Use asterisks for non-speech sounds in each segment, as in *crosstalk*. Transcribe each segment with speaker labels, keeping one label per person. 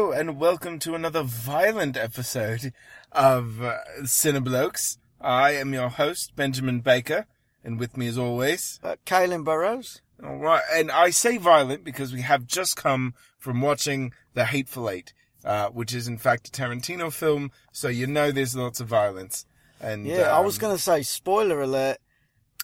Speaker 1: welcome to another violent episode of uh, Cineblokes. I am your host, Benjamin Baker, and with me as always.
Speaker 2: Uh, Kaelin Burrows.
Speaker 1: All right, and I say violent because we have just come from watching The Hateful Eight, uh, which is in fact a Tarantino film, so you know there's lots of violence. And
Speaker 2: Yeah, I was
Speaker 1: um,
Speaker 2: going to say spoiler alert,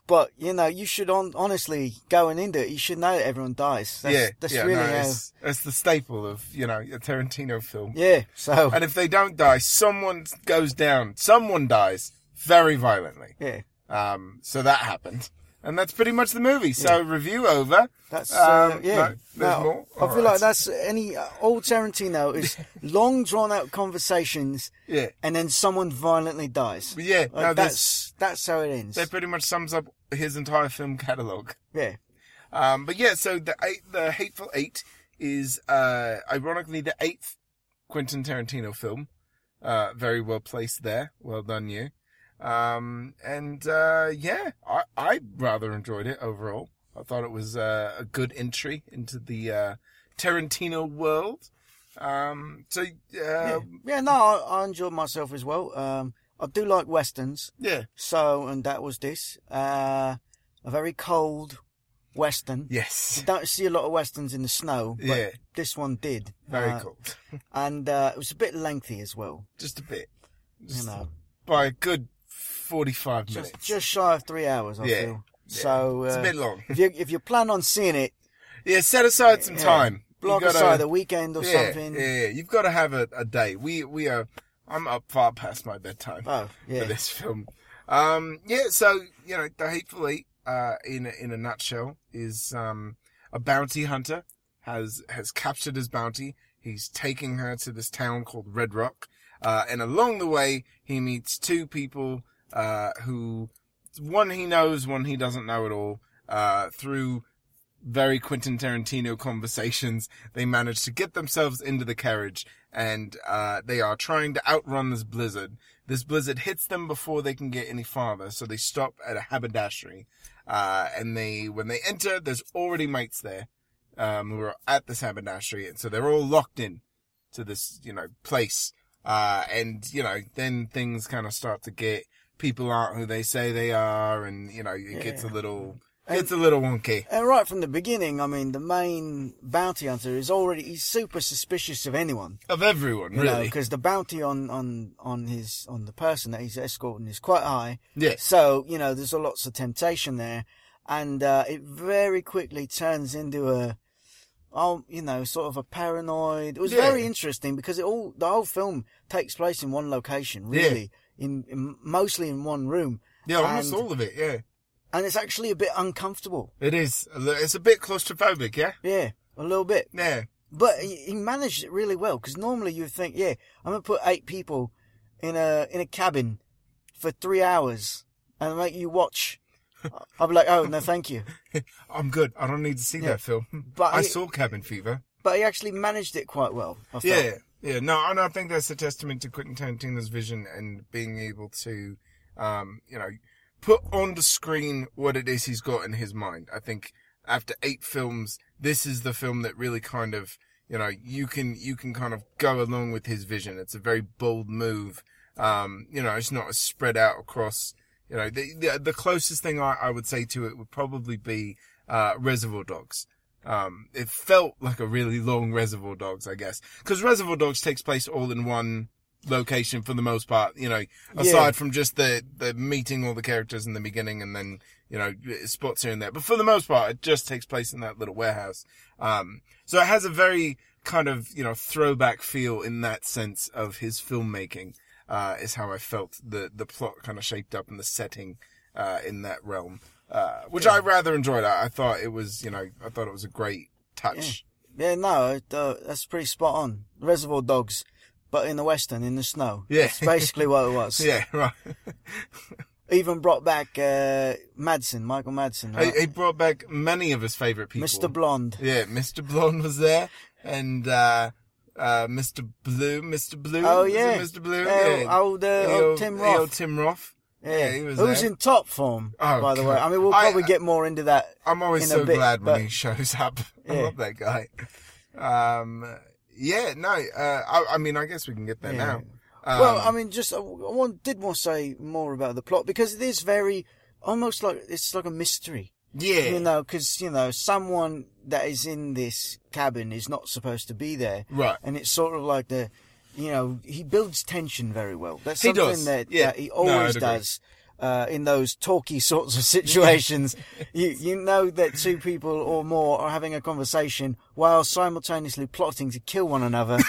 Speaker 2: but you know, you should on, honestly going into it, you should know that everyone dies. That's,
Speaker 1: yeah,
Speaker 2: that's
Speaker 1: yeah,
Speaker 2: really
Speaker 1: no,
Speaker 2: how.
Speaker 1: it's, it's the staple of you know a Tarantino film.
Speaker 2: Yeah, so
Speaker 1: And if they don't die, someone goes down. Someone dies very violently.
Speaker 2: yeah,
Speaker 1: Um, so that happened, and that's pretty much the movie. So review over.
Speaker 2: that's uh,
Speaker 1: Um,
Speaker 2: yeah.
Speaker 1: no, there's more?
Speaker 2: I
Speaker 1: All
Speaker 2: feel
Speaker 1: right.
Speaker 2: like that's any uh, old
Speaker 1: *laughs*
Speaker 2: Tarantino is long drawn out conversations,
Speaker 1: Yeah,
Speaker 2: and then someone violently dies.
Speaker 1: But yeah.
Speaker 2: Like,
Speaker 1: no, that's
Speaker 2: that's that's how it ends.
Speaker 1: that pretty much sums up his entire film catalog.
Speaker 2: Yeah,
Speaker 1: Um, but yeah, so the eight, the Hateful Eight is uh, ironically the eighth Quentin Tarantino film. Uh, very well placed there. Well done, you. Um, and uh, yeah, I, I rather enjoyed it overall. I thought it was uh, a good entry into the uh, Tarantino world. Um, so uh, yeah.
Speaker 2: yeah, yeah. No, I, I enjoyed myself as well. Um, I do like westerns.
Speaker 1: yeah,
Speaker 2: So, and that was this. Uh, a very cold western.
Speaker 1: yes,
Speaker 2: Don't see a lot of westerns in the snow, but
Speaker 1: Yeah.
Speaker 2: this one did.
Speaker 1: very
Speaker 2: Uh,
Speaker 1: cold.
Speaker 2: And uh, it was a bit lengthy as well.
Speaker 1: Just a bit,
Speaker 2: You
Speaker 1: Just
Speaker 2: know,
Speaker 1: by a good forty-five minutes.
Speaker 2: just just shy of three hours. I
Speaker 1: Yeah.
Speaker 2: feel. So uh,
Speaker 1: it's a bit long.
Speaker 2: if you if you plan on seeing it,
Speaker 1: Yeah, set aside some
Speaker 2: Yeah.
Speaker 1: time.
Speaker 2: block
Speaker 1: You gotta-
Speaker 2: aside a weekend or
Speaker 1: yeah,
Speaker 2: something.
Speaker 1: Yeah, yeah, you've got to have a, a day. We we are. I'm up far past my bedtime
Speaker 2: Oh
Speaker 1: for
Speaker 2: yeah,
Speaker 1: this film. Um, yeah, so you know, the Hateful Eight, uh, in a, in a nutshell, is um a bounty hunter has has captured his bounty. He's taking her to this town called Red Rock, uh, and along the way he meets two people uh, who one he knows, one he doesn't know at all. Uh, through very Quentin Tarantino conversations, they manage to get themselves into the carriage, and uh, they are trying to outrun this blizzard. This blizzard hits them before they can get any farther, so they stop at a haberdashery. Uh, and they, when they enter, there's already mates there, um, who are at this haberdashery, and so they're all locked in to this, you know, place. Uh, and, you know, then things kind of start to get, people aren't who they say they are, and, you know, it gets a little, it's a little wonky.
Speaker 2: and right from the beginning, I mean, the main bounty hunter is already he's super suspicious of anyone.
Speaker 1: Of everyone,
Speaker 2: You
Speaker 1: really.
Speaker 2: because the bounty on, on, on his on the person that he's escorting is quite high.
Speaker 1: yes.
Speaker 2: So you know, there's a lots of temptation there, and uh, it very quickly turns into a, oh, you know, sort of a paranoid. It was
Speaker 1: Yeah.
Speaker 2: very interesting because it all the whole film takes place in one location, really, in, in mostly in one room,
Speaker 1: Yeah, almost
Speaker 2: and-
Speaker 1: all of it, yeah.
Speaker 2: and it's actually a bit uncomfortable.
Speaker 1: It is. a li- It's a bit claustrophobic, yeah?
Speaker 2: Yeah, a little bit.
Speaker 1: Yeah.
Speaker 2: But he, he managed it really well because normally you would think, yeah, I'm gonna put eight people in a in a cabin for three hours and make you watch. I'll be like, oh no, thank you.
Speaker 1: I'm good. I don't need to see
Speaker 2: Yeah.
Speaker 1: that film.
Speaker 2: But
Speaker 1: I
Speaker 2: it-
Speaker 1: saw Cabin Fever.
Speaker 2: But he actually managed it quite well. I felt.
Speaker 1: Yeah, yeah. No, and I think that's a testament to Quentin Tarantino's vision and being able to, um, you know, put on the screen what it is he's got in his mind. I think after eight films, this is the film that really kind of, you know, you can you can kind of go along with his vision. It's a very bold move. Um, you know, it's not as spread out across. You know, the the, the closest thing I, I would say to it would probably be uh, Reservoir Dogs. Um, it felt like a really long Reservoir Dogs, I guess, because Reservoir Dogs takes place all in one location for the most part. You know, aside from just the the meeting all the characters in the beginning and then you know spots here and there, but for the most part, it just takes place in that little warehouse. Um, so it has a very kind of you know throwback feel in that sense of his filmmaking. Uh, is how I felt the the plot kind of shaped up and the setting uh, in that realm, uh, which I rather enjoyed. I, I thought it was you know I thought it was a great touch.
Speaker 2: Yeah, no, uh, that's pretty spot on. Reservoir Dogs, but in the western, in the snow.
Speaker 1: Yeah. *laughs*
Speaker 2: that's basically what it was.
Speaker 1: Yeah, right.
Speaker 2: Even brought back uh, Madsen, Michael Madsen,
Speaker 1: He,
Speaker 2: right?
Speaker 1: he brought back many of his favorite people.
Speaker 2: Mr. Blonde.
Speaker 1: Yeah, Mr. Blonde was there, and uh, uh, Mr. Blue, Mr. Blue.
Speaker 2: Oh
Speaker 1: was it
Speaker 2: yeah,
Speaker 1: Mr. Blue.
Speaker 2: Uh,
Speaker 1: yeah.
Speaker 2: Old, uh,
Speaker 1: The
Speaker 2: old Tim
Speaker 1: the
Speaker 2: Roth.
Speaker 1: old Tim Roth. Yeah, he was
Speaker 2: Who's
Speaker 1: there.
Speaker 2: in top form,
Speaker 1: Oh,
Speaker 2: by the way.
Speaker 1: God.
Speaker 2: I mean, we'll
Speaker 1: I-
Speaker 2: probably get more into that.
Speaker 1: I'm always
Speaker 2: in a
Speaker 1: so *laughs*
Speaker 2: bit,
Speaker 1: glad when
Speaker 2: but-
Speaker 1: he shows up. I
Speaker 2: Yeah.
Speaker 1: love that guy. Um, Yeah, no, uh, I, I mean, I guess we can get there
Speaker 2: Yeah.
Speaker 1: now. Um,
Speaker 2: well, I mean, just uh, I want, did want to say more about the plot because it is very almost like it's like a mystery,
Speaker 1: yeah,
Speaker 2: you know, because you know someone that is in this cabin is not supposed to be there,
Speaker 1: right.
Speaker 2: and it's sort of like the, you know, he builds tension very well. That's
Speaker 1: He
Speaker 2: something
Speaker 1: does,
Speaker 2: that,
Speaker 1: yeah.
Speaker 2: that he
Speaker 1: No,
Speaker 2: always
Speaker 1: I'd agree.
Speaker 2: does. Uh, in those talky *laughs* sorts
Speaker 1: *laughs*
Speaker 2: of situations, you you know that two people or more are having a conversation while simultaneously plotting to kill one another,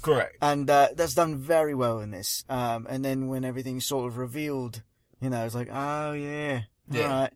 Speaker 1: Correct.
Speaker 2: and uh, that's done very well in this. Um, and then when everything's sort of revealed, you know, it's like, oh yeah,
Speaker 1: Yeah.
Speaker 2: all right,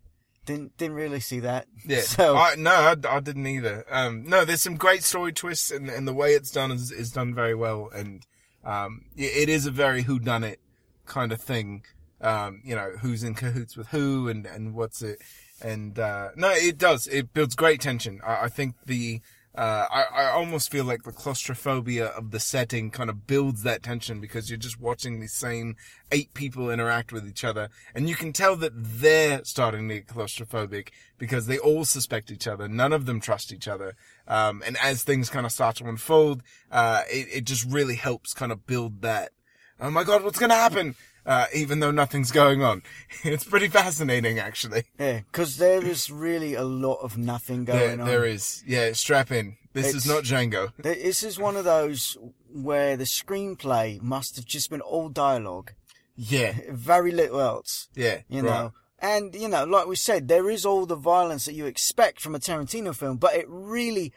Speaker 2: didn't didn't really see that.
Speaker 1: Yeah.
Speaker 2: *laughs* So
Speaker 1: I, no, I, I didn't either. Um, no, there's some great story twists, and, and the way it's done is, is done very well. And um, y- it is a very who done it kind of thing. Um, you know, who's in cahoots with who, and and what's it. And uh, no, it does. It builds great tension. I, I think the. Uh, I, I almost feel like the claustrophobia of the setting kind of builds that tension because you're just watching these same eight people interact with each other and you can tell that they're starting to get claustrophobic because they all suspect each other. None of them trust each other. Um, and as things kind of start to unfold, uh, it, it just really helps kind of build that. Oh my God, what's going to happen? Uh, even though nothing's going on. *laughs* It's pretty fascinating, actually.
Speaker 2: yeah, because there is really a lot of nothing going
Speaker 1: There,
Speaker 2: on.
Speaker 1: there is. Yeah, strap in. This is
Speaker 2: It's-
Speaker 1: not Django.
Speaker 2: Th- This is one of those where the screenplay must have just been all dialogue, *laughs*
Speaker 1: Yeah.
Speaker 2: very little else,
Speaker 1: Yeah.
Speaker 2: you
Speaker 1: right.
Speaker 2: know. And, you know, like we said, there is all the violence that you expect from a Tarantino film, but it really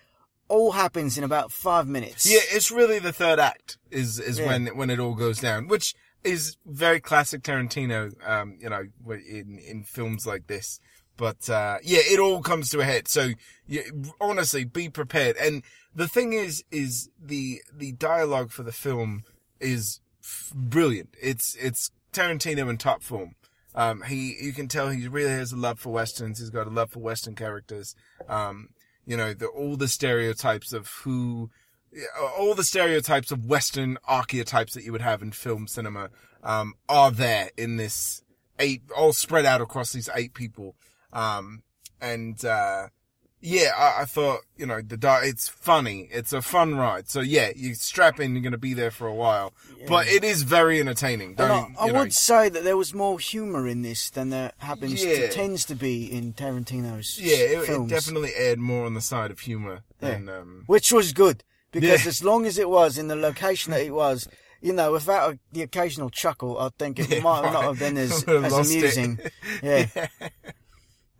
Speaker 2: all happens in about five minutes.
Speaker 1: Yeah, it's really the third act is is
Speaker 2: Yeah.
Speaker 1: when when it all goes down, which is very classic Tarantino. Um, you know, wh- in in films like this. But uh, yeah, it all comes to a head. So you, honestly, be prepared. And the thing is, is the the dialogue for the film is f- brilliant. It's it's Tarantino in top form. Um, he you can tell he really has a love for westerns. He's got a love for western characters. Um, you know, the, all the stereotypes of who uh, all the stereotypes of Western archetypes that you would have in film cinema um, are there in this eight, all spread out across these eight people. Um, and uh, yeah, I, I thought you know the di- it's funny, it's a fun ride. So yeah, you strap in, you're going to be there for a while, but it is very entertaining.
Speaker 2: And
Speaker 1: Don't,
Speaker 2: I, I
Speaker 1: you know,
Speaker 2: would say that there was more humour in this than there happens
Speaker 1: Yeah.
Speaker 2: to, tends to be in Tarantino's
Speaker 1: yeah, it, it
Speaker 2: films.
Speaker 1: definitely aired more on the side of humor than um,
Speaker 2: which was good because
Speaker 1: Yeah.
Speaker 2: as long as it was in the location that it was, you know, without a, the occasional chuckle, I think
Speaker 1: *laughs*
Speaker 2: it
Speaker 1: Yeah,
Speaker 2: might
Speaker 1: right.
Speaker 2: not have been
Speaker 1: *laughs*
Speaker 2: as,
Speaker 1: Would've
Speaker 2: as
Speaker 1: lost it.
Speaker 2: amusing. Yeah.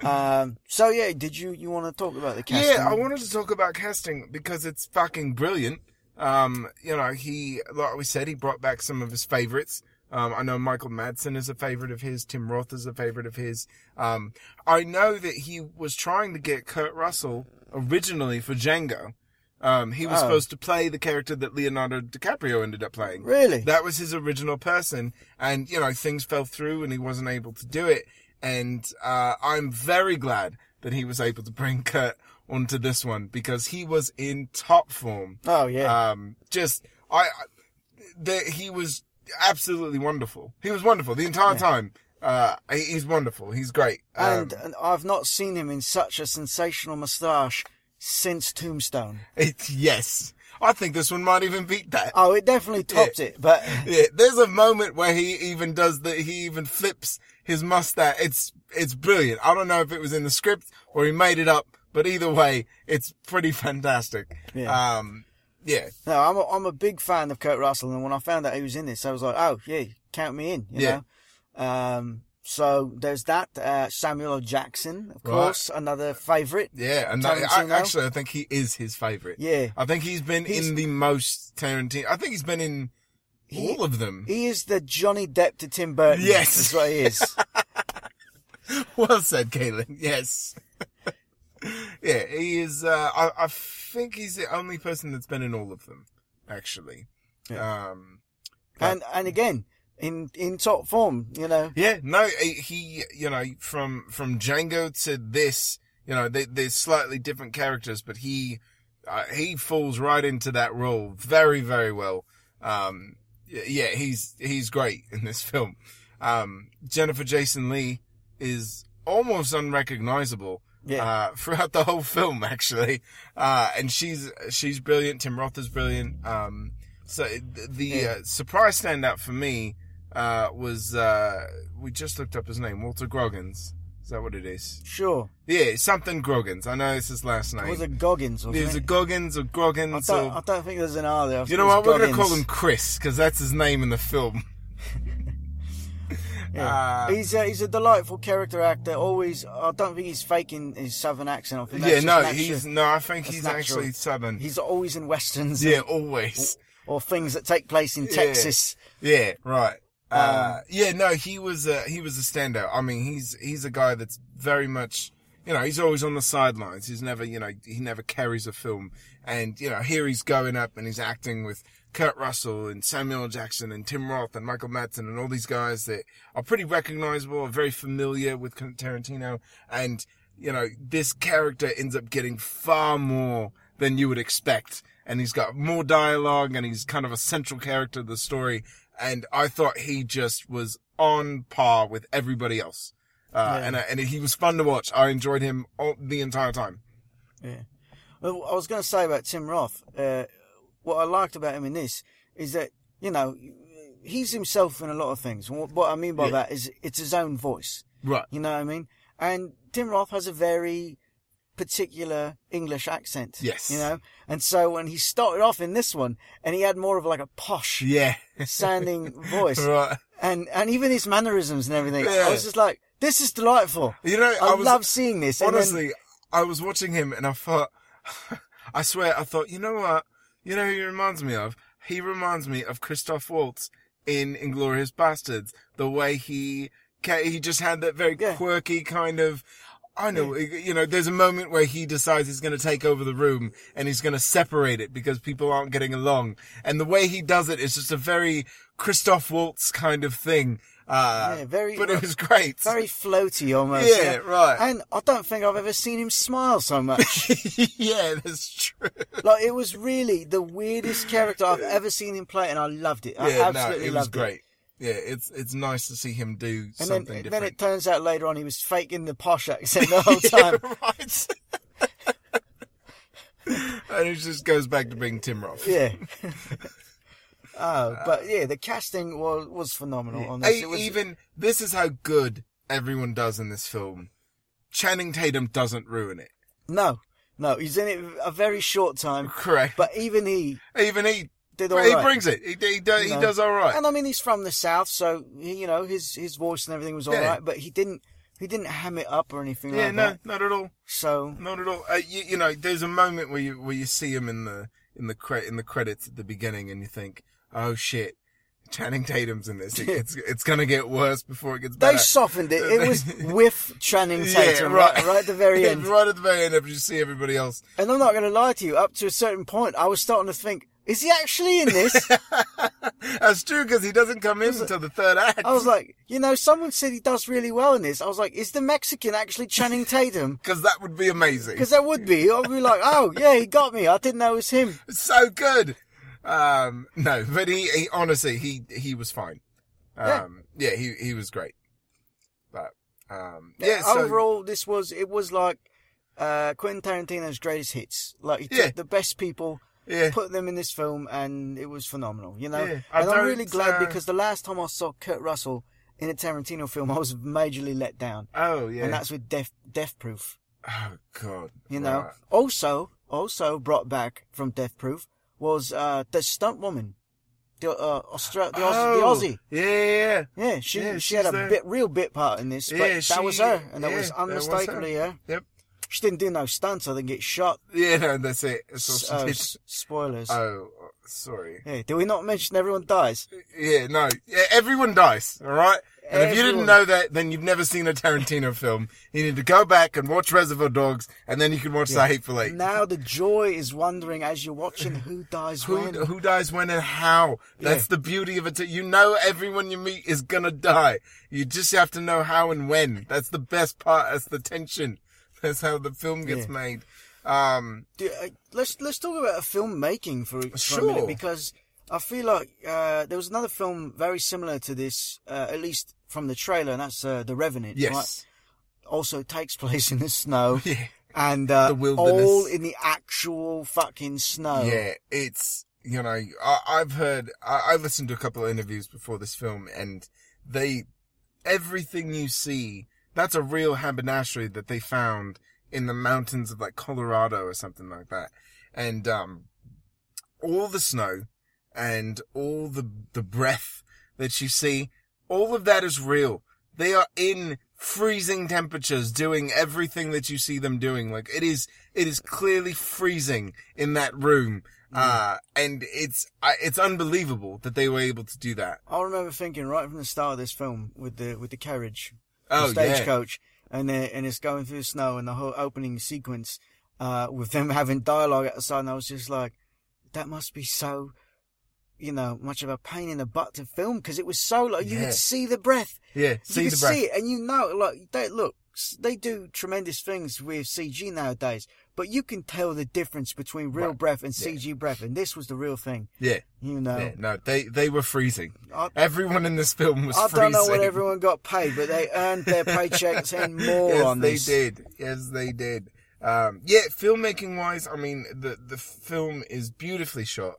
Speaker 2: Um, so yeah, did you you want to talk about the casting?
Speaker 1: Yeah, I wanted to talk about casting because it's fucking brilliant. Um, you know, he, like we said, he brought back some of his favorites. Um, I know Michael Madsen is a favorite of his. Tim Roth is a favorite of his. Um, I know that he was trying to get Kurt Russell originally for Django. Um, he was
Speaker 2: Oh.
Speaker 1: supposed to play the character that Leonardo DiCaprio ended up playing.
Speaker 2: Really?
Speaker 1: *laughs* That was his original person. And, you know, things fell through and he wasn't able to do it. And, uh, I'm very glad that he was able to bring Kurt onto this one because he was in top form.
Speaker 2: oh yeah,
Speaker 1: Um, just, I, I that he was absolutely wonderful. He was wonderful the entire time. Uh, he- he's wonderful. He's great. Um, *laughs*
Speaker 2: and, and I've not seen him in such a sensational moustache since Tombstone.
Speaker 1: it's, yes. I think this one might even beat that.
Speaker 2: Oh, it definitely topped it,
Speaker 1: *laughs*
Speaker 2: but
Speaker 1: Yeah, there's a moment where he even does the, he even flips his mustache. It's, it's brilliant. I don't know if it was in the script or he made it up, but either way, it's pretty *laughs* fantastic.
Speaker 2: Yeah.
Speaker 1: Um, yeah,
Speaker 2: no, I'm a, I'm a big fan of Kurt Russell, and when I found out he was in this, I was like, oh yeah, count me in. You
Speaker 1: Yeah.
Speaker 2: know. Um, so there's that. Uh, Samuel L. Jackson, of
Speaker 1: Right.
Speaker 2: course, another favourite.
Speaker 1: yeah. And I, I,
Speaker 2: Tarantino?
Speaker 1: actually, I think he is his favorite.
Speaker 2: Yeah.
Speaker 1: I think he's been
Speaker 2: He's-
Speaker 1: in the most Tarantino. I think he's been in
Speaker 2: He-
Speaker 1: all of them.
Speaker 2: He is the Johnny Depp to Tim Burton.
Speaker 1: Yes.
Speaker 2: That's what he is.
Speaker 1: *laughs* well said, Caitlin. Yes. *laughs* yeah, he is. Uh, I, I think he's the only person that's been in all of them, actually. Um,
Speaker 2: and and again, in in top form, you know.
Speaker 1: yeah, no, he, he, you know, from from Django to this, you know, they, they're slightly different characters, but he uh, he falls right into that role very, very well. Um, y- yeah, he's he's great in this *laughs* film. Um, Jennifer Jason Lee is almost unrecognizable.
Speaker 2: Yeah.
Speaker 1: uh, *laughs* throughout the whole film, actually. Uh, and she's she's brilliant. Tim Roth is brilliant. Um, so the, the
Speaker 2: Yeah.
Speaker 1: uh, surprise standout for me uh, was uh, we just looked up his name, Walter Groggins. Is that what it is?
Speaker 2: sure.
Speaker 1: Yeah, it's something Groggins. I know it's his last
Speaker 2: It
Speaker 1: name.
Speaker 2: was a Goggins, wasn't
Speaker 1: There's a
Speaker 2: it?
Speaker 1: Goggins or
Speaker 2: I
Speaker 1: Groggins
Speaker 2: don't,
Speaker 1: or
Speaker 2: I don't think there's an R there. I
Speaker 1: you
Speaker 2: think
Speaker 1: know
Speaker 2: it's
Speaker 1: what? We're gonna
Speaker 2: Goggins.
Speaker 1: call him Chris because that's his name in the film.
Speaker 2: Yeah.
Speaker 1: Uh,
Speaker 2: he's a, he's a delightful character actor. Always, I don't think he's faking his southern accent. I think that's
Speaker 1: yeah,
Speaker 2: just
Speaker 1: no,
Speaker 2: natural.
Speaker 1: he's no. I think
Speaker 2: That's
Speaker 1: he's
Speaker 2: natural.
Speaker 1: actually Southern.
Speaker 2: he's always in westerns
Speaker 1: yeah, always.
Speaker 2: or things that take place in
Speaker 1: Yeah.
Speaker 2: Texas.
Speaker 1: Yeah, right. Uh, yeah, no, he was a, he was a standout. I mean, he's he's a guy that's very much, you know, he's always on the sidelines. He's never, you know, he never carries a film. And you know, here he's going up and he's acting with Kurt Russell and Samuel L. Jackson and Tim Roth and Michael Madsen and all these guys that are pretty recognizable, are very familiar with Tarantino, and you know, this character ends up getting far more than you would expect. And he's got more dialogue and he's kind of a central character of the story. And I thought he just was on par with everybody else. Uh,
Speaker 2: Yeah.
Speaker 1: and, and he was fun to watch. I enjoyed him all, the entire time.
Speaker 2: Well, I was going to say about Tim Roth. Uh, what I liked about him in this is that you know he's himself in a lot of things. And What, what I mean by
Speaker 1: Yeah.
Speaker 2: that is it's his own voice.
Speaker 1: Right.
Speaker 2: You know what I mean? And Tim Roth has a very particular English accent.
Speaker 1: Yes.
Speaker 2: You know? And so when he started off in this one and he had more of like a posh
Speaker 1: Yeah. *laughs*
Speaker 2: sounding voice
Speaker 1: right.
Speaker 2: and, and even his mannerisms and everything,
Speaker 1: Yeah.
Speaker 2: I was just like, this is delightful.
Speaker 1: You know,
Speaker 2: I,
Speaker 1: I, was,
Speaker 2: love seeing this. And then-
Speaker 1: honestly, I was watching him and I thought, *laughs* I swear, I thought, you know what? You know who he reminds me of? He reminds me of Christoph Waltz in Inglorious Bastards. The way he, ca- he just had that very
Speaker 2: Yeah.
Speaker 1: quirky kind of, I know, you know, there's a moment where he decides he's going to take over the room and he's going to separate it because people aren't getting along. And the way he does it is just a very Christoph Waltz kind of thing. Uh,
Speaker 2: Yeah, very-
Speaker 1: but it was great.
Speaker 2: very floaty almost.
Speaker 1: Yeah,
Speaker 2: you know?
Speaker 1: right.
Speaker 2: And I don't think I've ever seen him smile
Speaker 1: *laughs*
Speaker 2: so much. *laughs*
Speaker 1: yeah, that's true.
Speaker 2: like it was really the weirdest character I've ever seen him play and I loved it. I
Speaker 1: yeah,
Speaker 2: absolutely
Speaker 1: no, it was
Speaker 2: loved it.
Speaker 1: great. Yeah, it's it's nice to see him do
Speaker 2: And then,
Speaker 1: something
Speaker 2: and then
Speaker 1: different.
Speaker 2: it turns out later on he was faking the posh
Speaker 1: *laughs*
Speaker 2: accent the whole time.
Speaker 1: Yeah, right. *laughs* and it just goes back to being Tim Roth.
Speaker 2: yeah.
Speaker 1: *laughs*
Speaker 2: oh, but yeah, the casting was was phenomenal on this.
Speaker 1: I-
Speaker 2: It was,
Speaker 1: Uh, even this is how good everyone does in this film. Channing Tatum doesn't ruin it.
Speaker 2: no, no, he's in it a very short time,
Speaker 1: Correct.
Speaker 2: but even he
Speaker 1: even he
Speaker 2: did all right.
Speaker 1: he brings it. He he, do, he
Speaker 2: No.
Speaker 1: does all right.
Speaker 2: And I mean, he's from the south, so he- you know his his voice and everything was all right.
Speaker 1: Yeah.
Speaker 2: But he didn't he didn't ham it up or anything
Speaker 1: Yeah,
Speaker 2: like
Speaker 1: no,
Speaker 2: that.
Speaker 1: not at all.
Speaker 2: So
Speaker 1: Not at all. Uh, you, you know, there's a moment where you where you see him in the in the cre- in the credits at the beginning, and you think, "Oh shit, Channing Tatum's in this. It-
Speaker 2: *laughs*
Speaker 1: it's it's gonna get worse before it gets
Speaker 2: they
Speaker 1: better."
Speaker 2: softened it. It
Speaker 1: *laughs*
Speaker 2: was with Channing
Speaker 1: Yeah,
Speaker 2: Tatum right. right at the
Speaker 1: *laughs*
Speaker 2: very
Speaker 1: Yeah,
Speaker 2: end.
Speaker 1: right at the very end, after you see everybody else. *laughs*
Speaker 2: And I'm not going to lie to you. Up to a certain point, I was starting to think, is he actually in this?
Speaker 1: *laughs* That's true because he doesn't come in until the third act.
Speaker 2: I was like, you know, someone said he does really well in this. I was like, is the Mexican actually Channing Tatum?
Speaker 1: because that would be amazing.
Speaker 2: Because that would be. I'd be like, oh yeah, he got me. I didn't know it was him.
Speaker 1: so good. Um, no, but he, he honestly he he was fine.
Speaker 2: Yeah.
Speaker 1: Um, yeah. he he was great. But um, yeah, so-
Speaker 2: Overall, this was it was like uh, Quentin Tarantino's greatest hits. Like he took
Speaker 1: Yeah.
Speaker 2: the best people,
Speaker 1: yeah.
Speaker 2: put them in this film, and it was phenomenal. You know,
Speaker 1: Yeah. I
Speaker 2: and I'm
Speaker 1: don't,
Speaker 2: really glad
Speaker 1: uh,
Speaker 2: because the last time I saw Kurt Russell in a Tarantino film, I was majorly let down,
Speaker 1: Oh yeah.
Speaker 2: and that's with Death Death Proof.
Speaker 1: Oh god.
Speaker 2: You know,
Speaker 1: Right.
Speaker 2: also also brought back from Death Proof was uh, the stunt woman, the uh, Austra- the,
Speaker 1: Oh,
Speaker 2: Aus- the Aussie.
Speaker 1: Yeah, yeah, yeah.
Speaker 2: Yeah, she
Speaker 1: Yeah,
Speaker 2: she
Speaker 1: she's
Speaker 2: had a
Speaker 1: there.
Speaker 2: bit real bit part in this, but
Speaker 1: Yeah,
Speaker 2: that
Speaker 1: she-
Speaker 2: was her, and that
Speaker 1: yeah,
Speaker 2: was
Speaker 1: that was her.
Speaker 2: unmistakably her.
Speaker 1: Yep.
Speaker 2: She didn't do no stunts. I didn't get shot.
Speaker 1: Yeah, no, that's it. That's all she
Speaker 2: Oh,
Speaker 1: did.
Speaker 2: s- spoilers.
Speaker 1: *laughs* Oh, sorry.
Speaker 2: yeah, did we not mention everyone dies?
Speaker 1: Yeah, no. Yeah, everyone dies, all right? And if you didn't
Speaker 2: Everyone.
Speaker 1: know that, then you've never seen a Tarantino film. You need to go back and watch Reservoir Dogs, and then you can watch The Hateful Eight.
Speaker 2: Now the joy is wondering as you're watching who dies
Speaker 1: Who,
Speaker 2: when.
Speaker 1: who dies when and how? That's the beauty of it. You know everyone you meet is gonna die. You just have to know how and when. That's the best part. That's the tension. That's how the film gets
Speaker 2: Yeah.
Speaker 1: made. Um,
Speaker 2: Do- uh, let's let's talk about filmmaking for, for a
Speaker 1: Sure.
Speaker 2: minute because I feel like uh, there was another film very similar to this, uh, at least from the trailer, and that's uh, The Revenant.
Speaker 1: yes.
Speaker 2: right? also takes *laughs* place in the snow
Speaker 1: *laughs* Yeah.
Speaker 2: and uh,
Speaker 1: The wilderness.
Speaker 2: all in the actual fucking snow.
Speaker 1: Yeah, it's you know I, I've heard I, I listened to a couple of interviews before this film, and they everything you see that's a real haberdashery that they found in the mountains of like Colorado or something like that, and um, all the snow and all the the breath that you see, all of that is real. They are in freezing temperatures doing everything that you see them doing. Like it is, it is clearly freezing in that room.
Speaker 2: Mm.
Speaker 1: Uh, and it's, I it's unbelievable that they were able to do that.
Speaker 2: I remember thinking right from the start of this film with the with the carriage,
Speaker 1: Oh,
Speaker 2: the
Speaker 1: yeah.
Speaker 2: stagecoach, and they and it's going through the snow and the whole opening sequence uh, with them *laughs* having dialogue outside, and I was just like, that must be so, you know, much of a pain in the butt to film because it was so like you
Speaker 1: Yeah.
Speaker 2: could see the breath,
Speaker 1: Yeah. See
Speaker 2: you
Speaker 1: the
Speaker 2: could
Speaker 1: breath.
Speaker 2: see it, and you know, like they look, s- they do tremendous things with CG nowadays, but you can tell the difference between real
Speaker 1: Right.
Speaker 2: breath and
Speaker 1: Yeah.
Speaker 2: CG breath, and this was the real thing,
Speaker 1: Yeah.
Speaker 2: you know.
Speaker 1: Yeah. No, they, they were freezing.
Speaker 2: I-
Speaker 1: Everyone in this film was
Speaker 2: I
Speaker 1: freezing.
Speaker 2: don't know what everyone got paid, but they earned their paychecks
Speaker 1: *laughs*
Speaker 2: and more
Speaker 1: yes,
Speaker 2: on
Speaker 1: they
Speaker 2: this.
Speaker 1: did. Yes, they did. Um, yeah, filmmaking wise, I mean, the, the film is beautifully shot.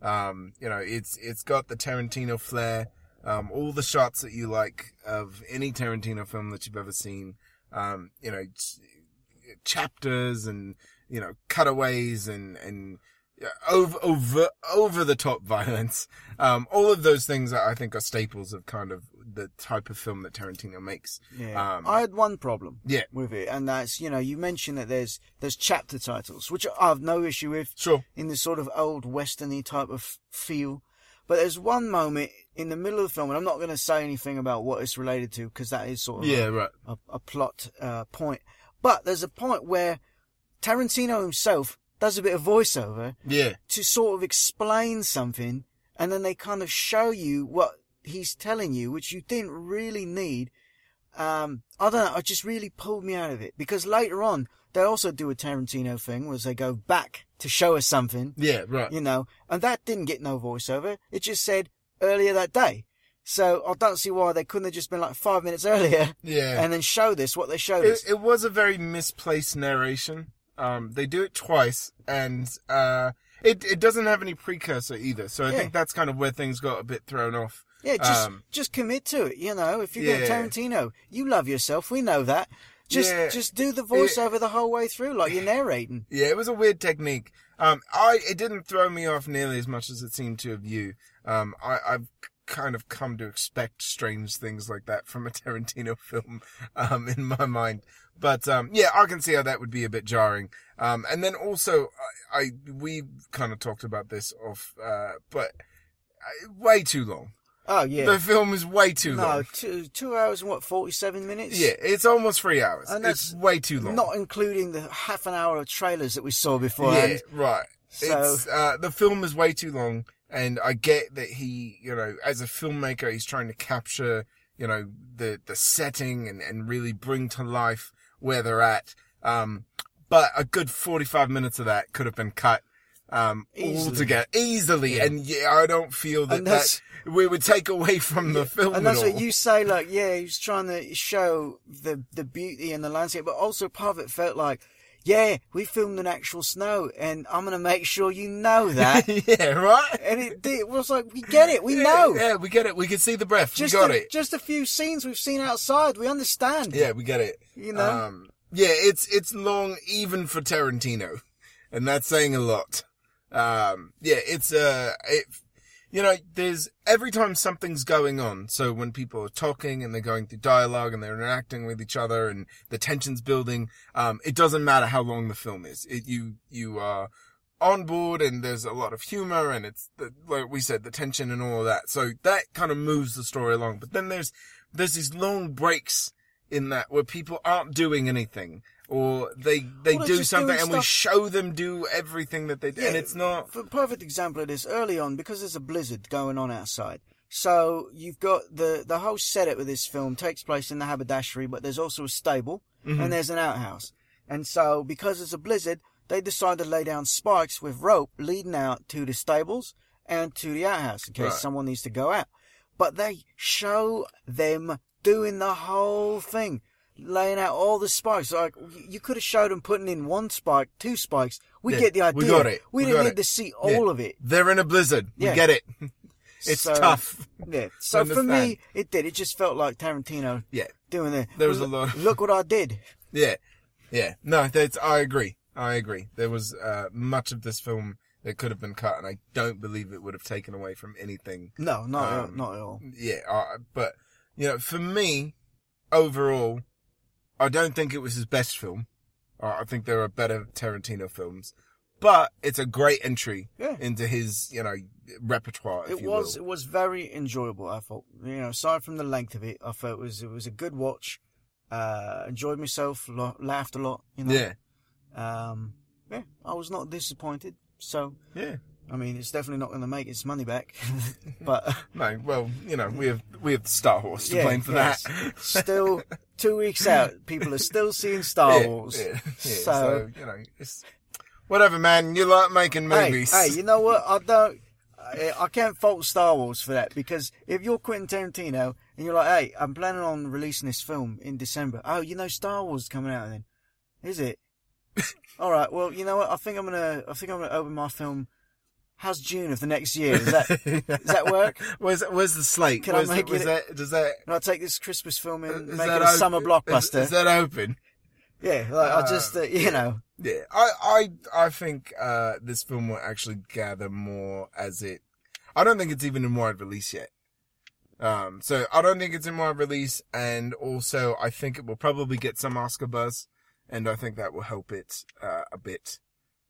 Speaker 1: Um, you know, it's, it's got the Tarantino flair. Um, all the shots that you like of any Tarantino film that you've ever seen. Um, you know, ch- chapters and, you know, cutaways and, and yeah, over, over, over the top violence. Um, all of those things I think are staples of kind of the type of film that Tarantino makes.
Speaker 2: Yeah.
Speaker 1: Um,
Speaker 2: I had one problem
Speaker 1: Yeah.
Speaker 2: with it, and that's you know you mentioned that there's there's chapter titles, which I've no issue with
Speaker 1: Sure.
Speaker 2: in this sort of old westerny type of feel, but there's one moment in the middle of the film, and I'm not going to say anything about what it's related to because that is sort of
Speaker 1: Yeah, right.
Speaker 2: a, a plot uh, point, but there's a point where Tarantino himself does a bit of voiceover
Speaker 1: Yeah.
Speaker 2: to sort of explain something and then they kind of show you what he's telling you, which you didn't really need. Um, I don't know. It just really pulled me out of it because later on they also do a Tarantino thing was they go back to show us something,
Speaker 1: Yeah, right.
Speaker 2: you know, and that didn't get no voiceover. It just said earlier that day. So I don't see why they couldn't have just been like five minutes earlier
Speaker 1: *laughs* Yeah.
Speaker 2: and then show this what they showed
Speaker 1: it,
Speaker 2: us.
Speaker 1: it was a very misplaced narration. Um, they do it twice, and uh, it it doesn't have any precursor either. So I
Speaker 2: Yeah.
Speaker 1: think that's kind of where things got a bit thrown off.
Speaker 2: Yeah, just
Speaker 1: Um,
Speaker 2: just commit to it. You know, if you're
Speaker 1: Yeah.
Speaker 2: going Tarantino, you love yourself. We know that. Just
Speaker 1: Yeah.
Speaker 2: just do the voiceover the whole way through,
Speaker 1: *sighs*
Speaker 2: like you're narrating.
Speaker 1: Yeah, it was a weird technique. Um, I it didn't throw me off nearly as much as it seemed to have you. Um, I, I've kind of come to expect strange things like that from a *laughs* Tarantino film, um, in my mind. But um, yeah, I can see how that would be a bit jarring. Um, and then also, I, I we kind of talked about this off, uh, but uh, way too long.
Speaker 2: Oh yeah.
Speaker 1: The film is way too
Speaker 2: no,
Speaker 1: long.
Speaker 2: two two hours and what forty seven minutes.
Speaker 1: Yeah, it's almost three hours.
Speaker 2: And
Speaker 1: it's
Speaker 2: that's
Speaker 1: way too long.
Speaker 2: Not including the half an hour of trailers that we saw before.
Speaker 1: Yeah, right.
Speaker 2: So-
Speaker 1: It's uh, the film is way too long, and I get that he, you know, as a filmmaker, he's trying to capture, you know, the the setting and and really bring to life where they're at. Um, but a good forty five minutes of that could have been cut. Um,
Speaker 2: Easily.
Speaker 1: altogether easily, and yeah, I don't feel that
Speaker 2: And that's-
Speaker 1: that we would take away from the film.
Speaker 2: And
Speaker 1: at
Speaker 2: that's what
Speaker 1: all.
Speaker 2: you say, like, yeah, he was trying to show the the beauty and the landscape, but also part of it felt like, yeah, we filmed in actual snow, and I'm gonna make sure you know that.
Speaker 1: *laughs* yeah, right.
Speaker 2: and it, it was like, we get it, we know.
Speaker 1: Yeah, we get it. We can see the breath.
Speaker 2: just
Speaker 1: we got
Speaker 2: a,
Speaker 1: it.
Speaker 2: Just a few scenes we've seen outside. We understand.
Speaker 1: Yeah, we get it.
Speaker 2: You know?
Speaker 1: Um, yeah, it's it's long even for Tarantino, and that's saying a lot. Um, yeah, it's uh, it, you know, there's every time something's going on. So when people are talking and they're going through dialogue and they're interacting with each other and the tension's building, um, it doesn't matter how long the film is. It you you are on board and there's a lot of humor and it's the, like we said the tension and all of that. So that kind of moves the story along. But then there's there's these long breaks in that where people aren't doing anything or they they
Speaker 2: Well, they're
Speaker 1: do
Speaker 2: just
Speaker 1: something
Speaker 2: doing
Speaker 1: and we
Speaker 2: stuff-
Speaker 1: show them do everything that they do and
Speaker 2: Yeah.
Speaker 1: it's not
Speaker 2: For a perfect example of this, early on, because there's a blizzard going on outside, so you've got the the whole setup of this film takes place in the haberdashery, but there's also a stable and there's an outhouse, and so because there's a blizzard, they decide to lay down spikes with rope leading out to the stables and to the outhouse in case
Speaker 1: Right.
Speaker 2: someone needs to go out. But they show them doing the whole thing. laying out all the spikes. Like y- you could have showed them putting in one spike, two spikes. We
Speaker 1: Yeah,
Speaker 2: get the idea.
Speaker 1: we got it.
Speaker 2: We
Speaker 1: We
Speaker 2: didn't
Speaker 1: got
Speaker 2: need
Speaker 1: it.
Speaker 2: to see all
Speaker 1: Yeah.
Speaker 2: of it.
Speaker 1: They're in a blizzard.
Speaker 2: Yeah.
Speaker 1: We get
Speaker 2: *laughs*
Speaker 1: it. It's
Speaker 2: So-
Speaker 1: tough.
Speaker 2: Yeah. So for
Speaker 1: Understand.
Speaker 2: me, it did. It just felt like Tarantino
Speaker 1: Yeah.
Speaker 2: doing it.
Speaker 1: There was a
Speaker 2: Look-
Speaker 1: lot of-
Speaker 2: Look what
Speaker 1: *laughs*
Speaker 2: I did.
Speaker 1: Yeah. Yeah. No, that's, I agree. I agree. There was, uh, much of this film that could have been cut and I don't believe it would have taken away from anything.
Speaker 2: No, not at all-
Speaker 1: Um,
Speaker 2: not at all.
Speaker 1: Yeah. I but, you know, for me, overall, I don't think it was his best film. Uh, I think there are better Tarantino films, but it's a great entry
Speaker 2: Yeah.
Speaker 1: into his, you know, repertoire. If
Speaker 2: It
Speaker 1: you
Speaker 2: was
Speaker 1: will.
Speaker 2: it was very enjoyable. I thought you know, aside from the length of it, I felt it was it was a good watch. Uh, enjoyed myself, lo- laughed a lot. You know,
Speaker 1: Yeah.
Speaker 2: Um, yeah, I was not disappointed. So
Speaker 1: Yeah.
Speaker 2: I mean, it's definitely not going to make its money back, *laughs* but
Speaker 1: No, well, you know, we have we have Star Wars to
Speaker 2: Yeah,
Speaker 1: blame for *laughs*
Speaker 2: yes.
Speaker 1: that.
Speaker 2: still two weeks out, people are still seeing Star Wars.
Speaker 1: *laughs* Yeah, yeah, yeah.
Speaker 2: So-
Speaker 1: So, you know, it's whatever, man. You like making
Speaker 2: Hey,
Speaker 1: movies. *laughs*
Speaker 2: hey, you know what? I don't. I, I can't fault Star Wars for that because if you're Quentin Tarantino and you're like, "Hey, I'm planning on releasing this film in December," oh, you know, Star Wars is coming out then, is
Speaker 1: *laughs*
Speaker 2: it? All right. Well, you know what? I think I'm gonna. I think I'm gonna open my film. How's June of the next year?
Speaker 1: *laughs*
Speaker 2: Is that? Can
Speaker 1: does
Speaker 2: that work?
Speaker 1: *laughs* Where's where's the slate?
Speaker 2: Can I
Speaker 1: Where's-
Speaker 2: make
Speaker 1: was
Speaker 2: it-
Speaker 1: that? Does that?
Speaker 2: I take this Christmas film
Speaker 1: Is
Speaker 2: and make
Speaker 1: that
Speaker 2: it a
Speaker 1: op-
Speaker 2: summer blockbuster?
Speaker 1: Is, is that open?
Speaker 2: Yeah, like I
Speaker 1: Uh,
Speaker 2: just, uh, you know,
Speaker 1: Yeah, I I I think uh, this film will actually gather more as it. I don't think it's even in wide release yet. Um, so I don't think it's in wide release, and also I think it will probably get some Oscar buzz, and I think that will help it uh, a bit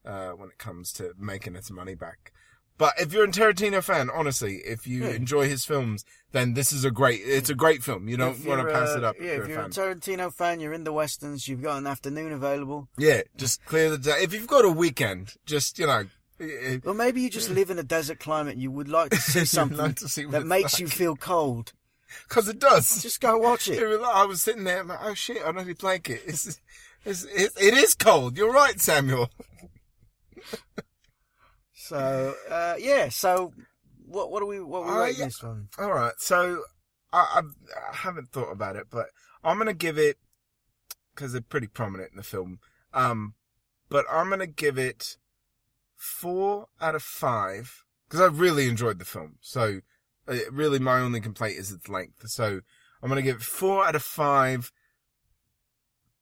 Speaker 1: uh, when it comes to making its money back. But if you're a Tarantino fan, honestly, if you
Speaker 2: Yeah.
Speaker 1: enjoy his films, then this is a great. It's a great film. You don't
Speaker 2: if
Speaker 1: want
Speaker 2: you're,
Speaker 1: to pass
Speaker 2: uh,
Speaker 1: it up.
Speaker 2: Yeah, if you're a Tarantino fan, you're in the westerns. You've got an afternoon available,
Speaker 1: Yeah, just clear the day. If you've got a weekend, just you know,
Speaker 2: *laughs*
Speaker 1: eh,
Speaker 2: or maybe you just live in a desert climate. and You would like
Speaker 1: *laughs*
Speaker 2: to see
Speaker 1: You'd
Speaker 2: something
Speaker 1: like to see what
Speaker 2: that
Speaker 1: *laughs* it's
Speaker 2: makes
Speaker 1: like.
Speaker 2: you feel cold.
Speaker 1: because it does.
Speaker 2: Just go watch
Speaker 1: It *laughs*
Speaker 2: it.
Speaker 1: was- I was sitting there like, oh shit, I need a blanket. It's, it's, it, it is cold. You're right, Samuel.
Speaker 2: So, uh, yeah. So, what what are we what are we
Speaker 1: I-
Speaker 2: rating this one?
Speaker 1: All right, so I, I, I haven't thought about it, but I'm gonna give it because they're pretty prominent in the film. Um, but I'm gonna give it four out of five because I really enjoyed the film. So uh, really, my only complaint is its length. So I'm gonna give it four out of five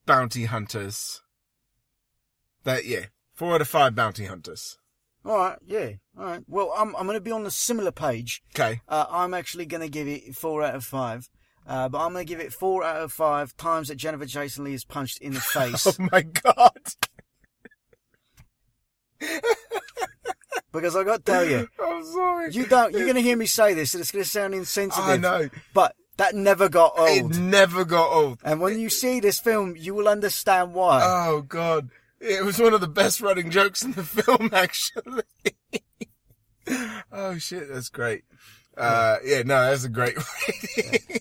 Speaker 1: bounty hunters. That yeah, four out of five bounty hunters.
Speaker 2: All right, yeah, all right. Well, I'm I'm going to be on a similar page.
Speaker 1: Okay. *laughs*
Speaker 2: Uh, I'm actually going to give it four out of five. Uh, but I'm going to give it four out of five times that Jennifer Jason Lee is punched
Speaker 1: *laughs*
Speaker 2: in the face.
Speaker 1: Oh my god.
Speaker 2: because I got to tell you,
Speaker 1: I'm sorry.
Speaker 2: You don't. You're going to hear me say this, and it's going to sound insensitive.
Speaker 1: I know.
Speaker 2: But that never got old.
Speaker 1: It never got old.
Speaker 2: and when you see this film, you will understand why.
Speaker 1: Oh god. It was one of the best running jokes in the *laughs* film actually. oh shit, that's great. Uh yeah, no, that's a great *laughs* rating.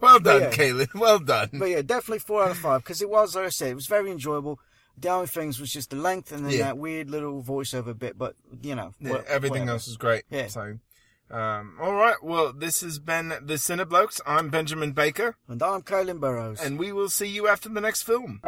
Speaker 1: well done,
Speaker 2: Yeah.
Speaker 1: Caleb. Well done.
Speaker 2: *laughs* but yeah, definitely four out of five because it was, like I said, it was very enjoyable. The only things was just the length and then
Speaker 1: Yeah.
Speaker 2: that weird little voiceover bit. But you know,
Speaker 1: Yeah,
Speaker 2: wha-
Speaker 1: everything
Speaker 2: whatever.
Speaker 1: else is great.
Speaker 2: Yeah.
Speaker 1: So um all right, well this has been the Cineblokes. I'm Benjamin Baker
Speaker 2: And I'm Colin Burrows.
Speaker 1: and we will see you after the next film.